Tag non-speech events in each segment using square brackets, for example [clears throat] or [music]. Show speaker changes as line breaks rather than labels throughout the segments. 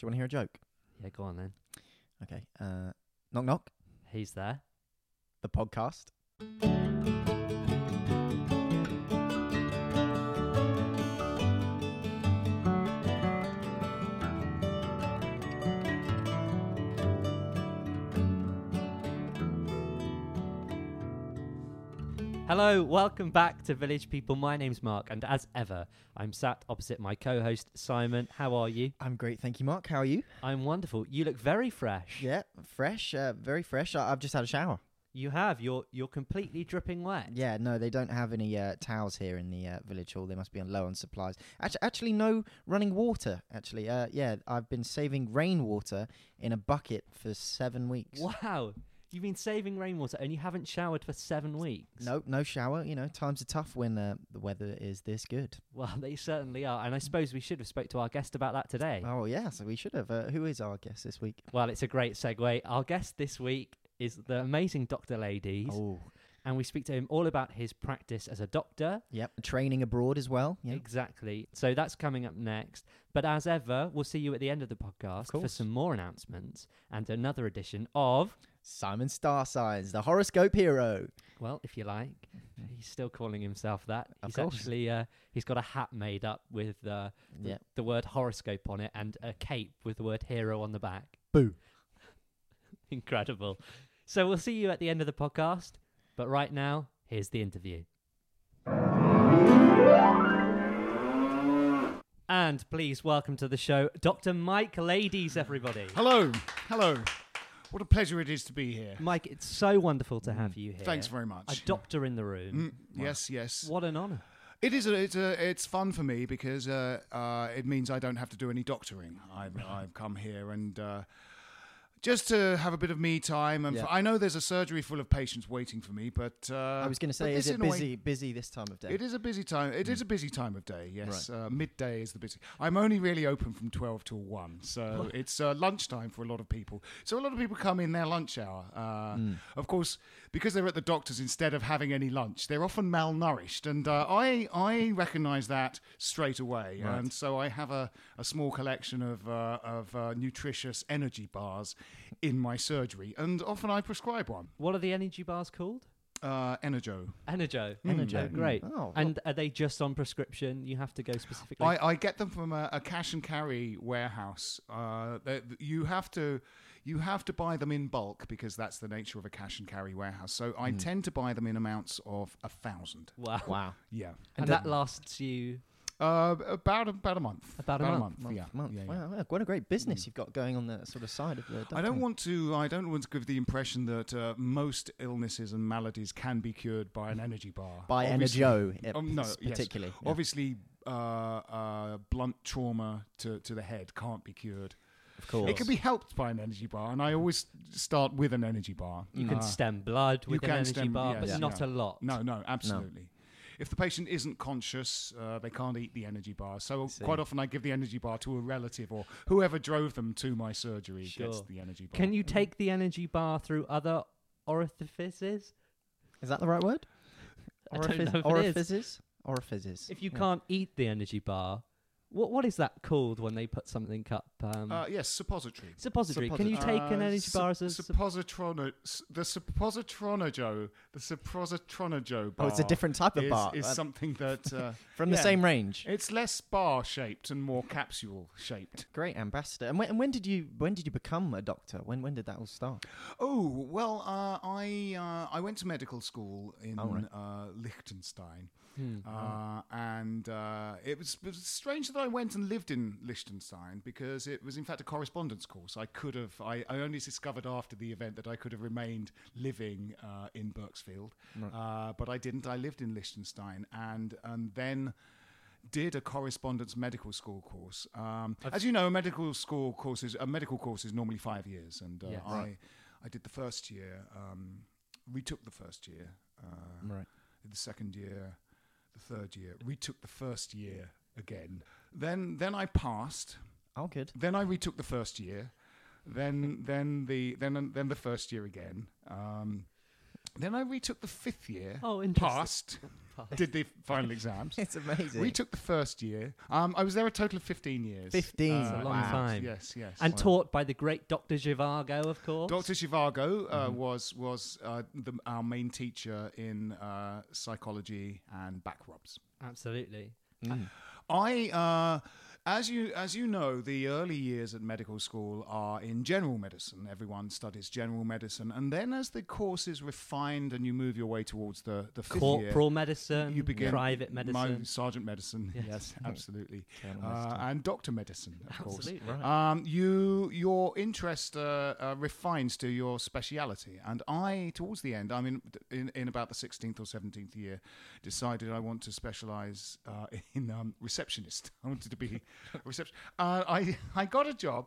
you want to hear a joke?
Yeah, go on then.
Okay. Uh, knock knock.
Who's there?
The podcast.
Hello, welcome back to Village People. My name's Mark, and as ever, I'm sat opposite my co host, Simon. How are you?
I'm great, thank you, Mark. How are you?
I'm wonderful. You look very fresh.
Yeah, fresh. Uh, very fresh. I- I've just had a shower.
You have. You're, you're completely dripping wet.
Yeah, no, they don't have any uh, towels here in the uh, village hall. They must be on low on supplies. Actually, actually, no running water. Actually, uh, yeah, I've been saving rainwater in a bucket for seven weeks.
Wow. You've been saving rainwater and you haven't showered for seven weeks.
No, no shower. You know, times are tough when uh, the weather is this good.
Well, they certainly are. And I suppose we should have spoke to our guest about that today.
Oh yeah, so we should have. Uh, who is our guest this week?
Well, it's a great segue. Our guest this week is the amazing Dr. Ladies,
Oh,
and we speak to him all about his practice as a doctor.
yep, training abroad as well. Yeah,
Exactly. So that's coming up next. But as ever, we'll see you at the end of the podcast for
course.
some more announcements and another edition of,
Simon Star Signs, the horoscope hero.
well, if you like, he's still calling himself that.
Mm. Of
he's
course.
actually uh, he's got a hat made up with uh, the,
Yeah,
the word horoscope on it and a cape with the word hero on the back.
boo.
[laughs] Incredible. So we'll see you at the end of the podcast. But right now, here's the interview. And please welcome to the show Dr. Mike Ladies, everybody.
Hello, hello. What a pleasure it is to be here.
Mike, it's so wonderful to have you here.
Thanks very
A
much.
doctor in the
Mm,
room.
Yes, yes.
What an honour.
It is. A, it's a, It's fun for me because uh, uh, it means I don't have to do any doctoring. I've,
[laughs]
I've come here and. Uh, just to have a bit of me time, and
Yeah.
for, I know there's a surgery full of patients waiting for me, but uh,
I was going to
but
say,
this
is it
in a way-
busy? Mm. busy this time of day.
It is a busy time. It is a busy time of day. Yes, uh, midday is the busy. I'm only really open from twelve till one,
[laughs]
so it's uh, lunchtime for a lot of people. So a lot of people come in their lunch hour. Uh,
Mm.
Of course, because they're at the doctor's instead of having any lunch, they're often malnourished, and uh, I I recognise that straight away. And so I have a, a small collection of uh, of uh, nutritious energy bars in my surgery, and often I prescribe one.
What are the energy bars called?
Uh, Mm. Energo.
Energo.
Energo.
Oh, great.
Oh,
and are they just on prescription? You have to go specifically.
I, I get them from a, a cash and carry warehouse. Uh, they- you have to you have to buy them in bulk because that's the nature of a cash and carry warehouse. So I
Hmm.
tend to buy them in amounts of a thousand.
wow.
Wow.
Yeah,
And
And
that lasts you
uh, about about a month.
About a month.
Month,
yeah.
month.
yeah, yeah.
Wow, wow, what a great business you've got going on the sort of side of the.
I
doctor.
don't want to. I don't want to give the impression that uh, most illnesses and maladies can be cured by an energy bar.
by
Obviously-
Energo,
Um, no, yes.
particularly. Yeah.
Obviously, uh, uh, blunt trauma to, to the head can't be cured.
Of course.
It can be helped by an energy bar, and I always start with an energy bar.
You
Mm.
can stem blood
Ah. you
with an
can
energy
stem-
bar,
yes,
but
yeah.
not a lot.
No, no, absolutely. If the patient isn't conscious, uh, they can't eat the energy bar. So quite often, I give the energy bar to a relative or whoever drove them to my surgery gets
Sure.
the energy bar.
Can you take the energy bar through other orifices?
Is that the right word?
I don't know if it is.
orifices? Orifices.
If you
Yeah.
can't eat the energy bar, what what is that called when they put something up? Um,
Uh, yes, suppository.
suppository. Can you take an
Uh,
energy
sup-
bar as a sup-
suppositrono, s- the suppositronojo, the suppositronojo bar.
Oh, it's a different type of
is,
bar.
Is
Uh,
something that
[laughs]
uh,
From the
yeah.
same range.
It's less bar shaped and more capsule shaped.
Great ambassador. And when, and when did you when did you become a doctor? When when did that all start?
Oh well, uh, I uh, I went to medical school in
Oh, right.
uh, Liechtenstein, uh, and uh, it, was, it was strange that I went and lived in Liechtenstein because it was in fact a correspondence course. I could have I, I only discovered after the event that I could have remained living uh, in Berksfield, uh, but I didn't. I lived in Liechtenstein, and and then. Did a correspondence medical school course. Um, as you know, a medical school course is a medical course is normally five years, and uh,
Yes.
I I did the first year, um, retook the first year, uh,
Right.
did the second year, the third year, retook the first year again. Then then I passed.
Oh,
[laughs]
good.
Then I retook the first year.
[laughs]
Then then the then then the first year again. Um, then I retook the fifth year.
Oh, interesting.
Passed.
pass.
did the final exams.
[laughs]
It's amazing.
We took the first year. Um, I was there a total of 15 years. Uh,
15, It's a
long
wow.
time.
Yes, yes.
And
Wow.
taught by the great Dr. Zhivago, of course.
Dr. Zhivago uh,
Mm-hmm.
was was uh, the, our main teacher in uh, psychology and back rubs.
Absolutely. Mm.
I, uh, as you as you know, the early years at medical school are in general medicine. Everyone studies general medicine, and then as the course is refined and you move your way towards the the fifth year,
Corporal medicine,
you begin
private
my
medicine.
sergeant medicine. Yes, absolutely, uh, and doctor medicine, of course.
Absolutely.
Um, you your interest uh, uh, refines to your speciality, and I towards the end, I mean, in, in about the sixteenth or seventeenth year, decided I want to specialize uh, [laughs] in um, receptionist. I wanted
[laughs]
to be a reception. Uh, I I got a job.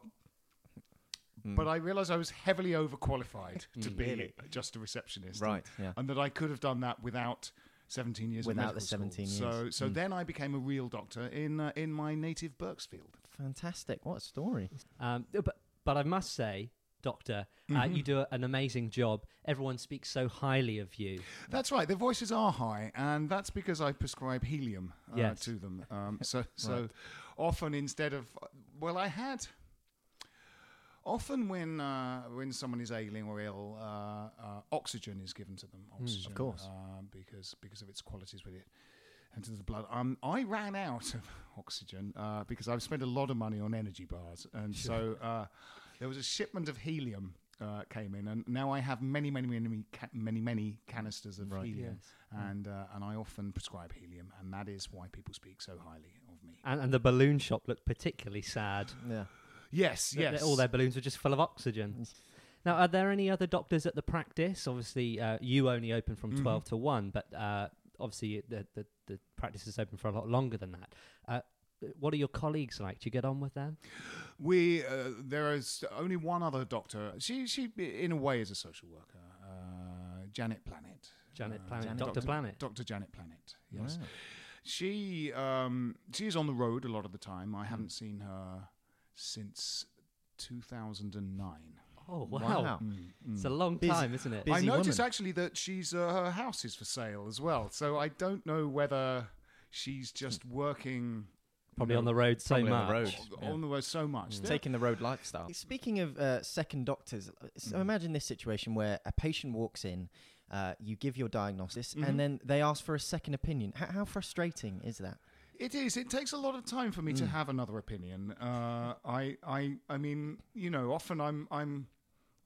Hmm.
But I realised I was heavily
[laughs]
overqualified to be just a receptionist,
Right, yeah.
and that I could have done that without seventeen years of
Without the
medical
17
school.
years. Hmm.
So, so then I became a real doctor in uh, in my native Berksfield.
Fantastic. What a story.
Um, but, but I must say, Doctor, uh, you do an amazing job. Everyone speaks so highly of you.
That's right. Their voices are high, and that's because I prescribe helium uh,
Yes.
to them. Um, so, so often instead of well, I had. Often, when uh, when someone is ailing or ill, uh, uh, oxygen is given to them. Oxygen, of
course.
uh, because because of its qualities with it and to the blood. Um, I ran out of [laughs] oxygen uh, because I've spent a lot of money on energy bars, and so uh, there was a shipment of helium. Uh, came in, and now I have many, many, many, many, ca- many, many canisters of helium, and uh, and I often prescribe helium, and that is why people speak so highly of me.
And, and the balloon shop looked particularly sad.
Yeah.
Yes,
that- that
yes.
all their balloons were just full of oxygen. Now, are there any other doctors at the practice? Obviously, uh, you only open from 12 to 1, but uh, obviously the, the, the practice is open for a lot longer than that. Uh, what are your colleagues like? Do you get on with them?
We uh, there is only one other doctor. She she in a way is a social worker. Uh, Janet Planet.
Janet
Uh,
Planet. Dr. Planet.
Doctor Janet Planet. Yes. She um she is on the road a lot of the time.
Mm.
I haven't seen her since 2009.
Oh, wow.
Wow.
Mm,
It's a long
Busy-
time, isn't it?
busy-
I noticed
woman.
actually that she's uh, her house is for sale as well. So I don't know whether she's just working
Probably on the road so
Probably
much.
on the road. Yeah.
on the road so much.
Mm.
There-
Taking the road lifestyle.
Speaking of uh, second doctors, so imagine this situation where a patient walks in, uh, you give your diagnosis, and then they ask for a second opinion. H- how frustrating is that?
It is. It takes a lot of time for me
Mm.
to have another opinion. Uh, I, I, I mean, you know, often I'm, I'm,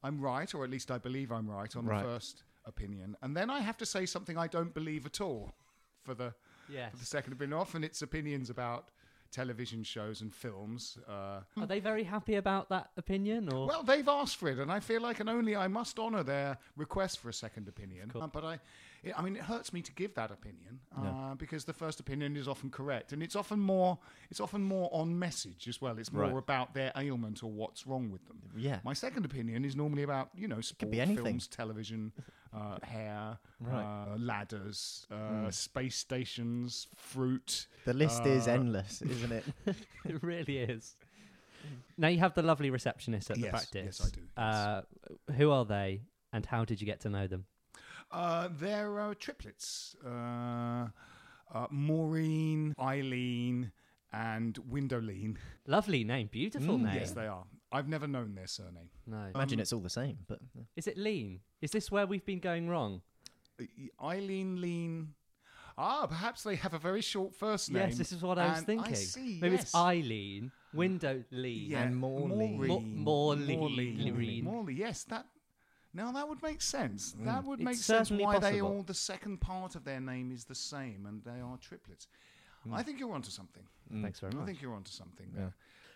I'm right, or at least I believe I'm right on
Right.
the first opinion, and then I have to say something I don't believe at all for the for the
Yes.
second opinion. Often it's opinions about television shows and films. Uh,
Are they very happy about that opinion? Or
well, they've asked for it, and I feel like and only I must honour their request for a second opinion. Uh, but I, it, I mean, it hurts me to give that opinion uh, because the first opinion is often correct, and it's often more it's often more on message as well. It's more
Right.
about their ailment or what's wrong with them.
Yeah.
My second opinion is normally about you know sport,
be anything.
films, television, uh,
[laughs]
hair, uh, ladders, uh,
Hmm.
space stations, fruit.
The list is
Uh,
endless, isn't [laughs] it?
[laughs] it really is. Now you have the lovely receptionist at the
Yes,
practice.
yes, I do, yes.
Uh, who are they, and how did you get to know them?
Uh, there are triplets uh, uh, Maureen, Eileen, and Windowleen.
Lovely name, beautiful name.
Mm, Yes, they are. I've never known their surname.
no.
Imagine it's all the same, but uh, [clears throat]
Is it lean? Is this where we've been going wrong?
Eileen Lean. Ah, perhaps they have a very short first name.
Yes, this is what I was
And
thinking.
I see.
Maybe
yes.
it's Eileen, window lean.
Yeah,
and Maureen.
Maureen.
Mo- Maureen. Maureen. Mm.
Maureen. Maureen. Yes, that. Now that would make sense. That would
It's
make sense
certainly
why they
possible.
all the second part of their name is the same and they are triplets.
Mm.
I think you're onto something.
Thanks very
I
much.
think you're onto something there.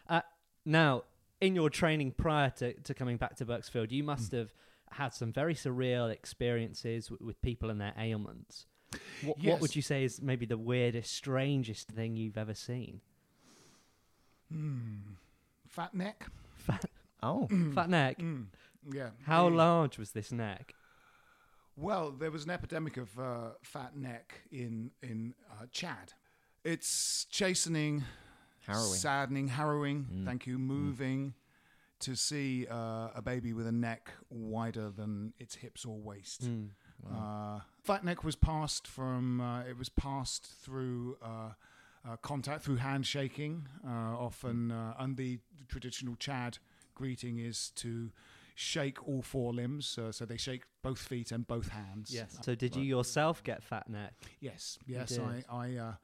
Uh, now, in your training prior to, to coming back to Berksfield, you
Hmm.
must have had some very surreal experiences w- with people and their ailments. What, what would
Yes.
you say is maybe the weirdest, strangest thing you've ever seen?
Fat neck.
oh,
Fat neck.
Hmm. Yeah.
How
Yeah.
large was this neck?
Well, there was an epidemic of uh, fat neck in in uh, Chad. It's chastening,
harrowing.
saddening, harrowing.
Mm.
Thank you. Moving
Mm.
to see uh, a baby with a neck wider than its hips or waist. Uh, flat neck was passed from uh, it was passed through uh, uh, contact through handshaking uh,
Mm.
often, uh, and the traditional Chad greeting is to shake all four limbs. Uh, so they shake both feet and both hands.
Yes. So did you yourself get fat neck?
Yes, yes, I
did.
I, uh,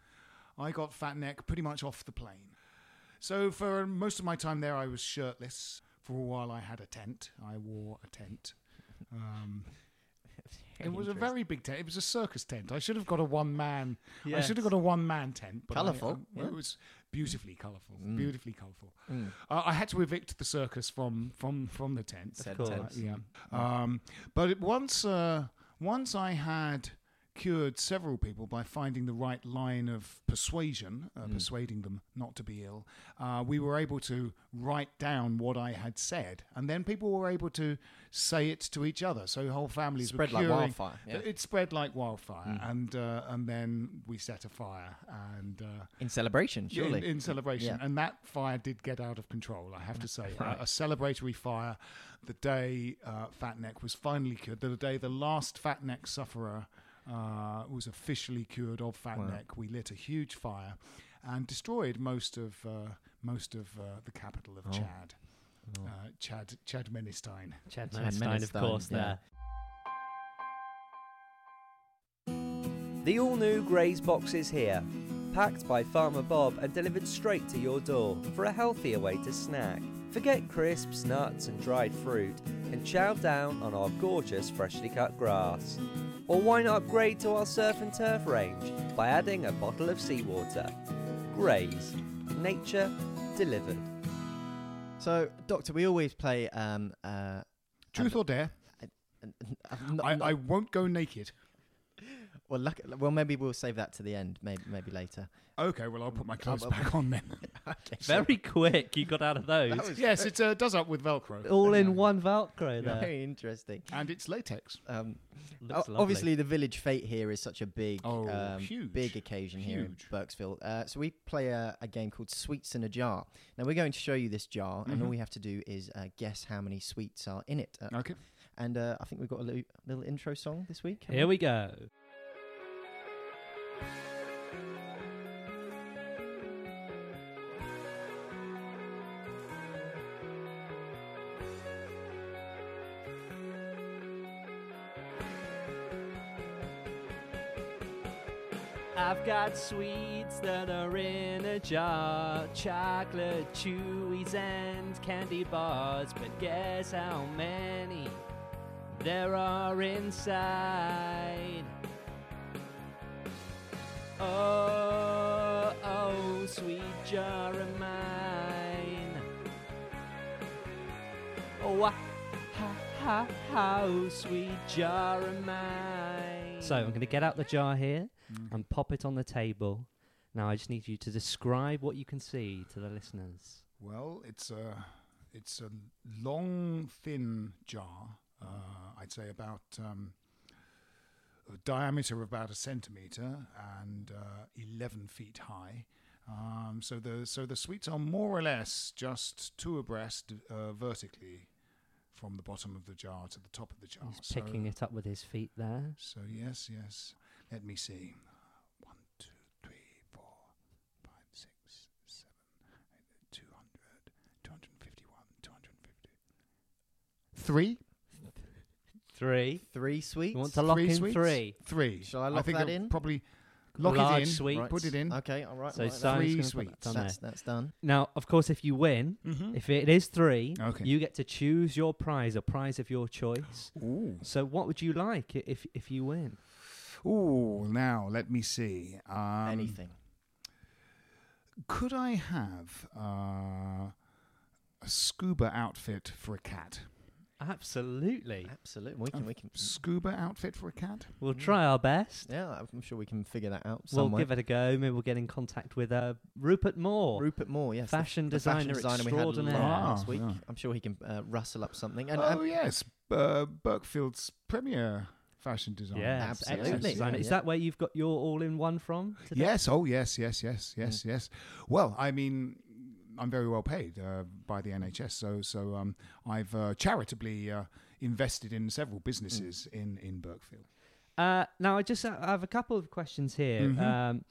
I got fat neck pretty much off the plane. So for most of my time there, I was shirtless. For a while, I had a tent. I wore a tent. Um, it was a very big tent. It was a circus tent. I should have got a one man. I should have got a one man tent. But I-
Colourful,
um, well,
yeah.
It was beautifully colourful. Beautifully colourful. Uh, I had to evict the circus from from from the tent.
Said
course.
tense.
Yeah. Um, but it, once, uh, once I had cured several people by finding the right line of persuasion,
Hmm.
uh, persuading them not to be ill, uh, we were able to write down what I had said, and then people were able to say it to each other. So whole families
Spread
were
like
curing.
wildfire, yeah. Hmm.
It spread like wildfire, and uh, and then we set a fire and. Uh,
in celebration,
yeah,
surely.
In, in celebration.
Yeah.
And that fire did get out of control, I have to say. A- A, celebratory fire the day uh, Fat Neck was finally cured, the day the last Fat Neck sufferer uh, was officially cured of Fat Neck. We lit a huge fire and destroyed most of, uh, most of uh, the capital of Chad. Uh,
Oh.
Chad, Chadmenistine.
Chad
Chad Manstein, of
Manstein,
course,
yeah.
there.
The all new Graze box is here, packed by Farmer Bob and delivered straight to your door for a healthier way to snack. Forget crisps, nuts, and dried fruit, and chow down on our gorgeous freshly cut grass. Or why not upgrade to our surf and turf range by adding a bottle of seawater? Graze, nature delivered.
So, Doctor, we always play. Um, uh,
Truth or dare?
n- n- I'm not-
I,
I'm
I
not-
won't go naked.
well, luck, well, maybe we'll save that to the end. Maybe, maybe later.
Okay, well, I'll put my clothes
well,
back on then.
okay.
Very quick, you got out of those.
yes, it uh, does up with Velcro.
All in one Velcro there.
Uh, Very interesting.
And it's latex.
Um,
Looks
o-
lovely.
obviously, the village fete here is such a big,
Oh,
um,
huge.
big occasion here in
Huge.
Berksville. Uh, so we play a, a game called Sweets in a Jar. Now we're going to show you this jar,
Mm-hmm.
and all we have to do is uh, guess how many sweets are in it. Uh,
Okay.
And uh, I think we've got a little, little intro song this week. haven't
Here we go. I've got sweets that are in a jar, chocolate, chewies, and candy bars. But guess how many there are inside. Oh, oh, sweet jar of mine. Oh, ah, ha, ha, ha, oh, sweet jar of mine. So I'm going to get out the jar here and pop it on the table. Now I just need you to describe what you can see to the listeners.
Well, it's a it's a long, thin jar. Uh, I'd say about um, a diameter of about a centimeter and uh, eleven feet high. Um, so the so the sweets are more or less just two abreast uh, vertically from the bottom of the jar to the top of the jar.
He's picking
so,
it up with his feet there.
So yes, yes. Let me see. One, two, three, four, five, six, seven, eight, 200, 251, 250. Three?
we?
Three.
Three sweets.
You want to lock
three
in
sweets?
three.
Three.
Shall I lock
think
that
they'll
in?
Probably lock
Large
it in.
sweets.
Right.
Put it in.
Okay. All right.
So
right,
Simon's
Three
gonna put that
sweets.
down
that's,
there.
that's done.
Now, of course, if you win,
Mm-hmm.
if it is three,
Okay.
you get to choose your prize, a prize of your choice.
Oh.
Ooh.
So, what would you like i- if if you win?
Ooh, now let me see. Um,
Anything.
Could I have uh, a scuba outfit for a cat?
Mm.
Absolutely.
Absolutely. We can. We can.
um,
Scuba outfit for a cat?
We'll try our best.
Yeah, I'm sure we can figure that out
We'll
somewhere.
give it a go. Maybe we'll get in contact with uh, Rupert Moore.
Rupert Moore, yes, the- the
Fashion designer
we
extraordinaire.
had
Ah,
last week.
yeah.
I'm sure he can uh, rustle up something. And
oh
um,
yes, uh, Burkefield's premier fashion designer.
Yeah,
Yes,
Excellent
absolutely.
designer. Is
Yeah.
that where you've got your all in one from? Today?
Yes. Oh yes. Yes. Yes. Yes. Yes. Well, I mean, I'm very well paid uh, by the NHS, so so
Mm.
um, I've uh, charitably uh, invested in several businesses in in Burkfield.
Uh, now, I just ha- I have a couple of questions here.
Mhm.
Um,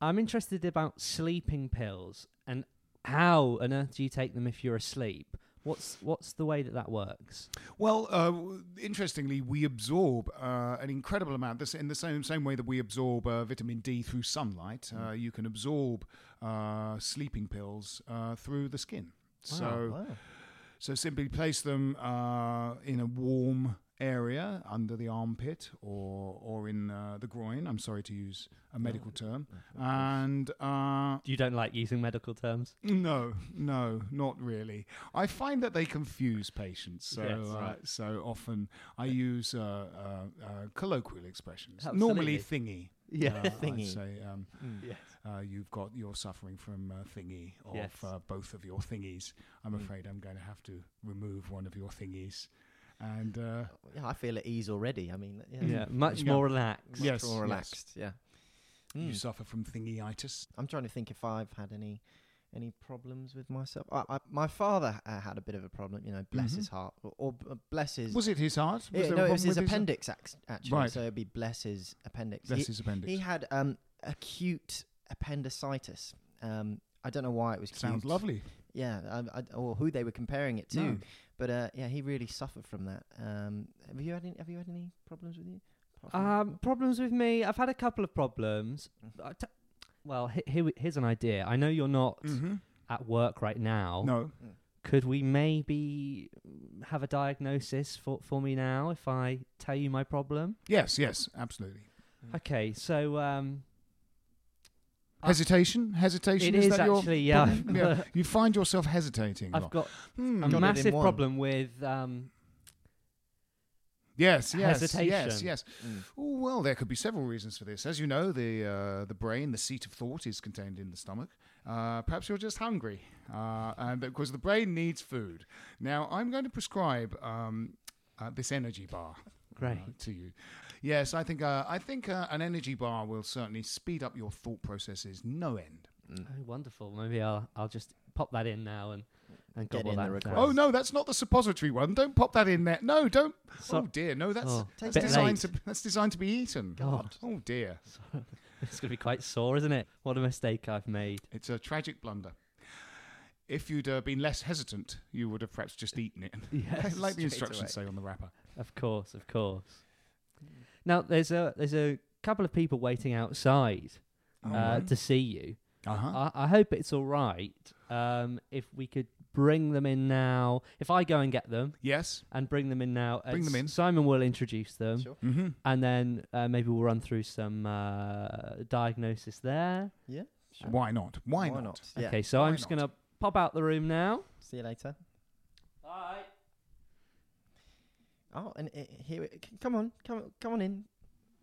I'm interested about sleeping pills and how on earth do you take them if you're asleep? What's what's the way that that works?
Well, uh, w- interestingly, we absorb uh, an incredible amount. This in the same same way that we absorb uh, vitamin D through sunlight.
Mm.
Uh, you can absorb uh, sleeping pills uh, through the skin. So,
Wow.
so simply place them uh, in a warm area under the armpit or or in uh, the groin. I'm sorry to use a medical term. And uh,
You don't like using medical terms.
no, no, not really. I find that they confuse patients, so
Yes,
uh,
right.
so often I use uh, uh, uh, colloquial expressions.
Absolutely.
Normally, thingy.
Yeah,
uh, I'd
thingy.
say um,
Mm.
Yes.
uh, you've got you're suffering from uh, thingy of
Yes.
uh, both of your thingies. I'm
Mm.
afraid I'm going to have to remove one of your thingies, and uh,
Yeah, I feel at ease already. I mean, yeah,
Yeah, much
Yeah.
more relaxed.
much
Yes, yes.
more relaxed. Yeah,
you
Mm.
suffer from thingyitis.
I'm trying to think if I've had any any problems with myself. I, I, my father uh, had a bit of a problem. You know, bless
Mhm.
his heart, or, or b- bless his.
Was it his heart? Was
Yeah,
there a
no, it
problem
was his
with uh,
appendix ac- actually.
Right.
So it'd be bless his appendix.
That's
he,
his appendix.
he had um, acute appendicitis. Um, I don't know why it was.
Sounds
cute.
lovely.
Yeah, um, I, I, or who they were comparing it to.
No.
But uh, yeah, he really suffered from that. Um, have you had any, have you had any problems with you? Apart from-
Um, problems with me. I've had a couple of problems. I t- well, he- here, here's an idea. I know you're not
Mhm.
at work right now.
No.
Could we maybe have a diagnosis for, for me now if I tell you my problem?
Yes. Yes. Absolutely.
Okay, so um, I-
Hesitation, hesitation.
it
is,
is
that your
actually yeah. [laughs]
problem? yeah. You find yourself hesitating.
I've got
Hmm.
a
Got it in
massive
one.
problem with um,
yes, yes, yes,
hesitation.
yes.
Mm.
Ooh, well, there could be several reasons for this. As you know, the uh, the brain, the seat of thought, is contained in the stomach. Uh, perhaps you're just hungry, uh, and because the brain needs food. Now, I'm going to prescribe um, uh, this energy bar.
great.
uh, to you. Yes, I think uh, I think uh, an energy bar will certainly speed up your thought processes no end.
mm.
[sighs] Oh, wonderful. Maybe I'll I'll just pop that in now and and
Get
gobble
in
that
the
down.
request.
Oh no, that's not the suppository one. Don't pop that in there. No, don't.
So-
oh dear, no, that's
Oh, [laughs]
that's
bit
designed
late.
to that's designed to be eaten.
God.
Oh dear,
it's gonna be quite sore, isn't it? What a mistake I've made.
it's a tragic blunder. If you'd uh, been less hesitant, you would have perhaps just eaten it,
Yes,
like the
straight
instructions
away.
say on the wrapper.
of course, of course. Now there's a there's a couple of people waiting outside uh, to see you.
Oh, huh.
I, I hope it's all right. Um, if we could bring them in now, if I go and get them
Yes.
and bring them in now,
Bring them
it's-
in.
Simon will introduce them,
Sure.
Mm-hmm.
and then uh, maybe we'll run through some uh, diagnosis there.
Sure.
Why not? Why, not?
[laughs] Yeah.
Okay, so
why
I'm just
not?
gonna pop out the room now.
See you later.
Bye.
Oh, and uh, here, we- c- come on, come, on- come on in. [laughs]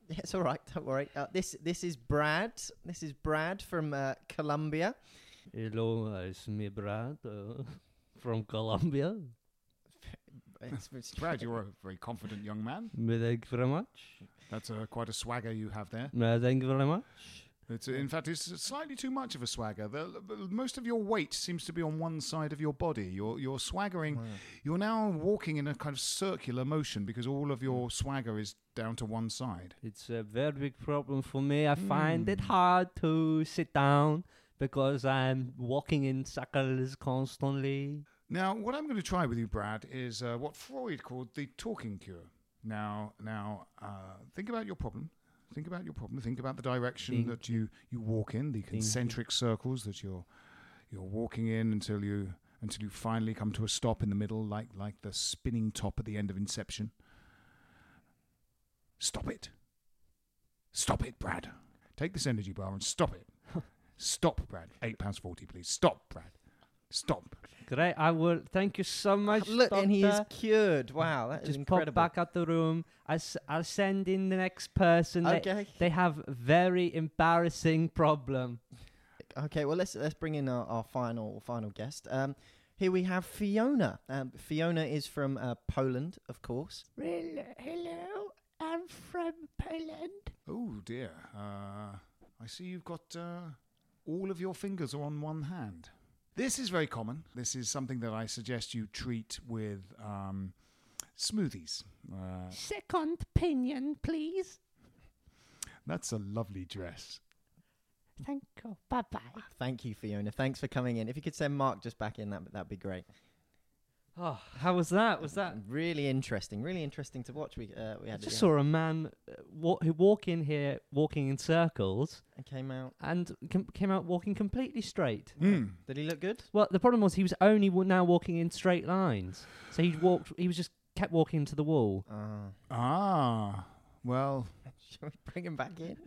Yeah, it's all right. Don't worry. Uh, this, this is Brad. This is Brad from uh, Colombia.
Hello, uh, it's me, Brad, uh, [laughs] from Colombia.
It's- it's-
Brad, you're a very confident young man.
Thank you very much.
That's uh, quite a swagger you have there.
Uh, Thank you very much.
It's, in fact, it's slightly too much of a swagger. The, most of your weight seems to be on one side of your body. You're, you're swaggering. You're now walking in a kind of circular motion because all of your swagger is down to one side.
It's a very big problem for me.
Hmm.
I find it
Mm.
hard to sit down because I'm walking in circles constantly.
Now, what I'm going to try with you, Brad, is uh, what Freud called the talking cure. Now, now, uh, think about your problem. Think about your problem. Think about the direction
Think-
that you, you walk in, the concentric circles that you're you're walking in until you until you finally come to a stop in the middle, like like the spinning top at the end of Inception. Stop it. Stop it, Brad. Take this energy bar and stop it. stop, Brad. Eight pounds forty, please. Stop, Brad. Stop.
Great. I will. Thank you so much.
Look, and he is
doctor.
cured. Wow, that is
Just pop
incredible.
back at the room. I s- I'll send in the next person. They-
Okay.
They, have very embarrassing problem.
Okay, well let's let's bring in our, our final final guest. Um, here we have Fiona. Um, Fiona is from uh, Poland, of course.
Well, hello, I'm from Poland.
Oh dear. Uh, I see you've got uh, all of your fingers are on one hand. This is very common. This is something that I suggest you treat with um, smoothies. Uh,
Second pinion, please.
That's a lovely dress.
Thank you. Bye bye.
Thank you, Fiona. Thanks for coming in. If you could send Mark just back in, that that'd be great.
Oh, how was that? Was that?
Really interesting. Really interesting to watch. We uh, we
I
had
just
it,
saw a man uh, wa- who walk in here, walking in circles,
yeah. It came out.
and com- came out walking completely straight.
Hmm.
Did he look good?
Well, the problem was he was only wa- now walking in straight lines. So he walked. He was just kept walking to the wall.
[laughs] Uh,
Ah, well,
shall we bring him back in?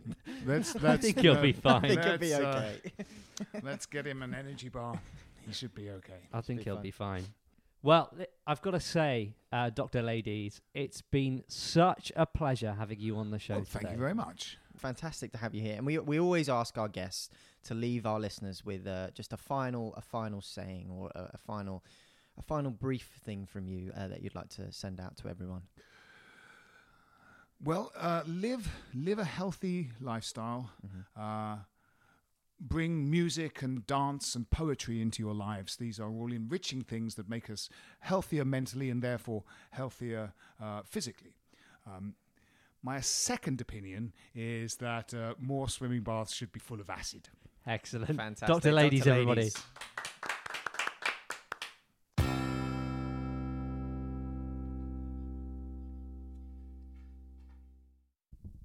let's.
I
let's
think he'll
uh,
be
I
fine.
think he'll be
That's, uh,
okay.
Let's get him an energy bar. He should be okay.
I think
be
he'll
fine.
be fine. Well, th- I've got to say, uh, Doctor Ladies, it's been such a pleasure having you on the show.
Well, Oh, thank
today.
you very much.
Fantastic to have you here, and we we always ask our guests to leave our listeners with uh, just a final a final saying or a, a final a final brief thing from you uh, that you'd like to send out to everyone.
Well, uh, live live a healthy lifestyle.
Mm-hmm.
Uh, bring music and dance and poetry into your lives. These are all enriching things that make us healthier mentally and therefore healthier uh, physically. Um, my second opinion is that uh, more swimming baths should be full of acid.
Excellent.
Fantastic.
Doctor Ladies,
Dr.
everybody.
Ladies.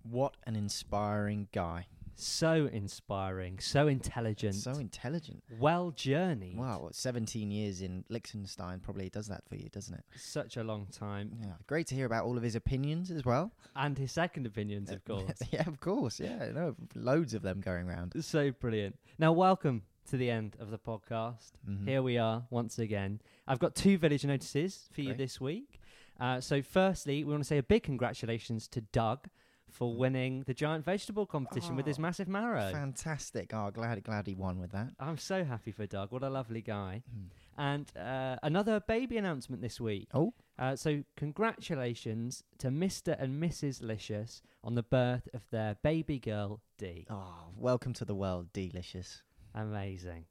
What an inspiring guy!
So inspiring, so intelligent,
So intelligent.
well journeyed.
Wow, what, 17 years in Liechtenstein probably does that for you, doesn't it?
Such a long time.
Yeah, great to hear about all of his opinions as well.
And his second opinions, of
Uh, [laughs]
course.
yeah, of course. Yeah, no, loads of them going round.
so brilliant. Now, welcome to the end of the podcast.
Mhm.
Here we are once again. I've got two village notices for you
Great.
this week. Uh, so, firstly, we want to say a big congratulations to Doug for winning the giant vegetable competition with his
Mm. Oh,
massive marrow.
Fantastic. Oh, glad glad he won with that.
I'm so happy for Doug. What a lovely guy.
Mm.
And uh, another baby announcement this week.
Oh.
Uh, so, congratulations to Mr. and Mrs. Licious on the birth of their baby girl, Dee.
Oh, welcome to the world, delicious.
Amazing.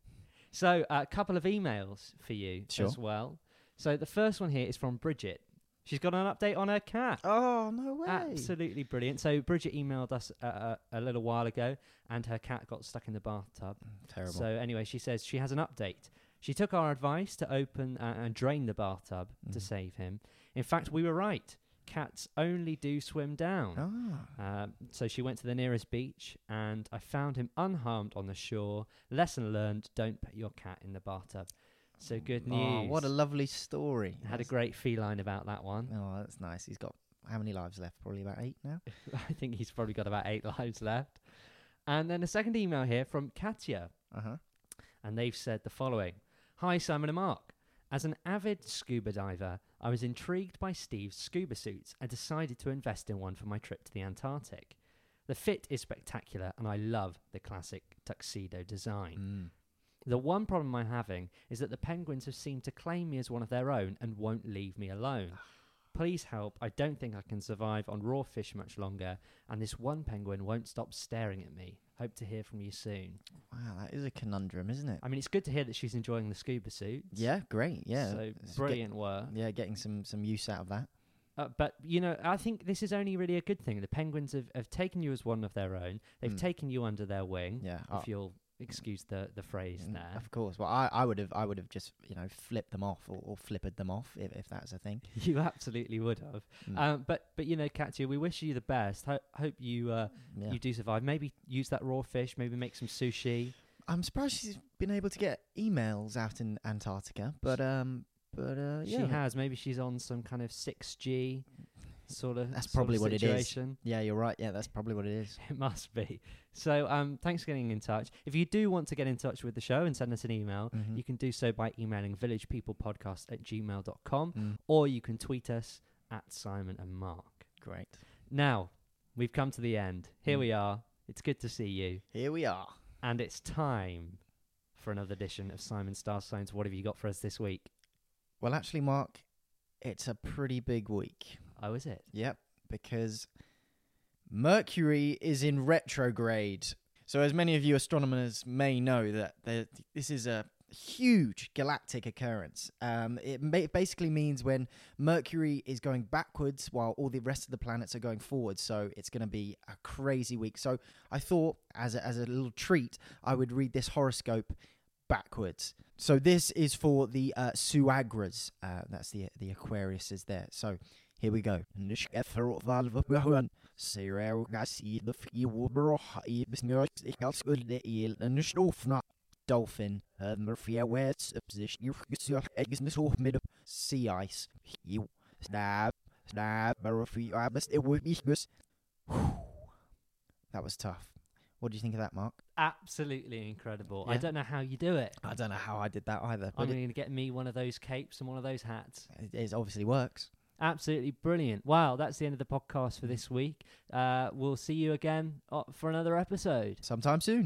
So, a couple of emails for you
Sure.
as well. So, the first one here is from Bridget. She's got an update on her cat.
Oh, no way.
Absolutely brilliant. So, Bridget emailed us uh, uh, a little while ago, and her cat got stuck in the bathtub.
Terrible.
So anyway, she says she has an update. She took our advice to open uh, and drain the bathtub to
Mhm.
save him. In fact, we were right. Cats only do swim down.
ah,
Um, so she went to the nearest beach, and I found him unharmed on the shore. Lesson learned: don't put your cat in the bathtub. So good news.
Oh, what a lovely story.
had a
That's-
great feline about
[laughs]
that one. [laughs]
Oh, that's nice. He's got how many lives left? Probably about eight now.
I think he's probably got about eight [laughs] lives left. And then a second email here from Katya.
Uh huh.
and they've said the following Hi, Simon and Mark. As an avid scuba diver, I was intrigued by Steve's scuba suits and decided to invest in one for my trip to the Antarctic. The fit is spectacular, and I love the classic tuxedo design.
Mm.
The one problem I'm having is that the penguins have seemed to claim me as one of their own and won't leave me alone. Please help. I don't think I can survive on raw fish much longer, and this one penguin won't stop staring at me. Hope to hear from you soon.
Wow, that is a conundrum, isn't it?
I mean, it's good to hear that she's enjoying the scuba suits.
Yeah, great. Yeah.
So
Let's get-
brilliant work.
yeah, getting some some use out of that.
Uh, but, you know, I think this is only really a good thing. The Penguins have, have taken you as one of their own. They've
Mm.
taken you under their wing,
Yeah. Ah.
if you'll excuse the, the phrase
Mm,
there.
[laughs]
[laughs]
Of course. Well, I, I would have I would have just you know flipped them off or, or flippered them off if, if that's a thing.
you absolutely would have.
Mm,
Um, but, but, you know, Katya, we wish you the best. Ho- hope you, uh,
yeah.
you do survive. Maybe use that raw fish, maybe make some sushi.
I'm surprised she's been able to get emails out in Antarctica, but um, but uh, yeah,
She has. Maybe she's on some kind of 6G sort of
That's
sort of
probably what it is.
situation.
yeah, you're right. Yeah, that's probably what it is.
[laughs] It must be. So, um, thanks for getting in touch. If you do want to get in touch with the show and send us an email,
Mhm.
you can do so by emailing villagepeoplepodcast at gmail.com
Mm,
or you can tweet us at Simon and Mark.
great.
Now, we've come to the end. Here
Mm.
we are. It's good to see you.
Here we are.
And it's time for another edition of Simon Star Signs. What have you got for us this week?
Well, actually, Mark, it's a pretty big week.
Oh, is it?
Yep, because Mercury is in retrograde. So, as many of you astronomers may know, that there, this is a huge galactic occurrence. Um, it ma- basically means when Mercury is going backwards while all the rest of the planets are going forward. So it's going to be a crazy week. So I thought, as a, as a little treat, I would read this horoscope backwards. So this is for the uh, Suagras. Uh, that's the the Aquarius is there. So here we go. Dolphin, Murphy awaits sea ice. You snap, snap, Murphy. I must it would be That was tough. What do you think of that, Mark?
Absolutely incredible. I
Yeah.
don't know how you do it.
I don't know how I did that either,
I'm
but it,
going to get me one of those capes and one of those hats.
it, it obviously works.
Absolutely brilliant. Wow, that's the end of the podcast for this week. Uh, we'll see you again uh, for another episode.
Sometime soon.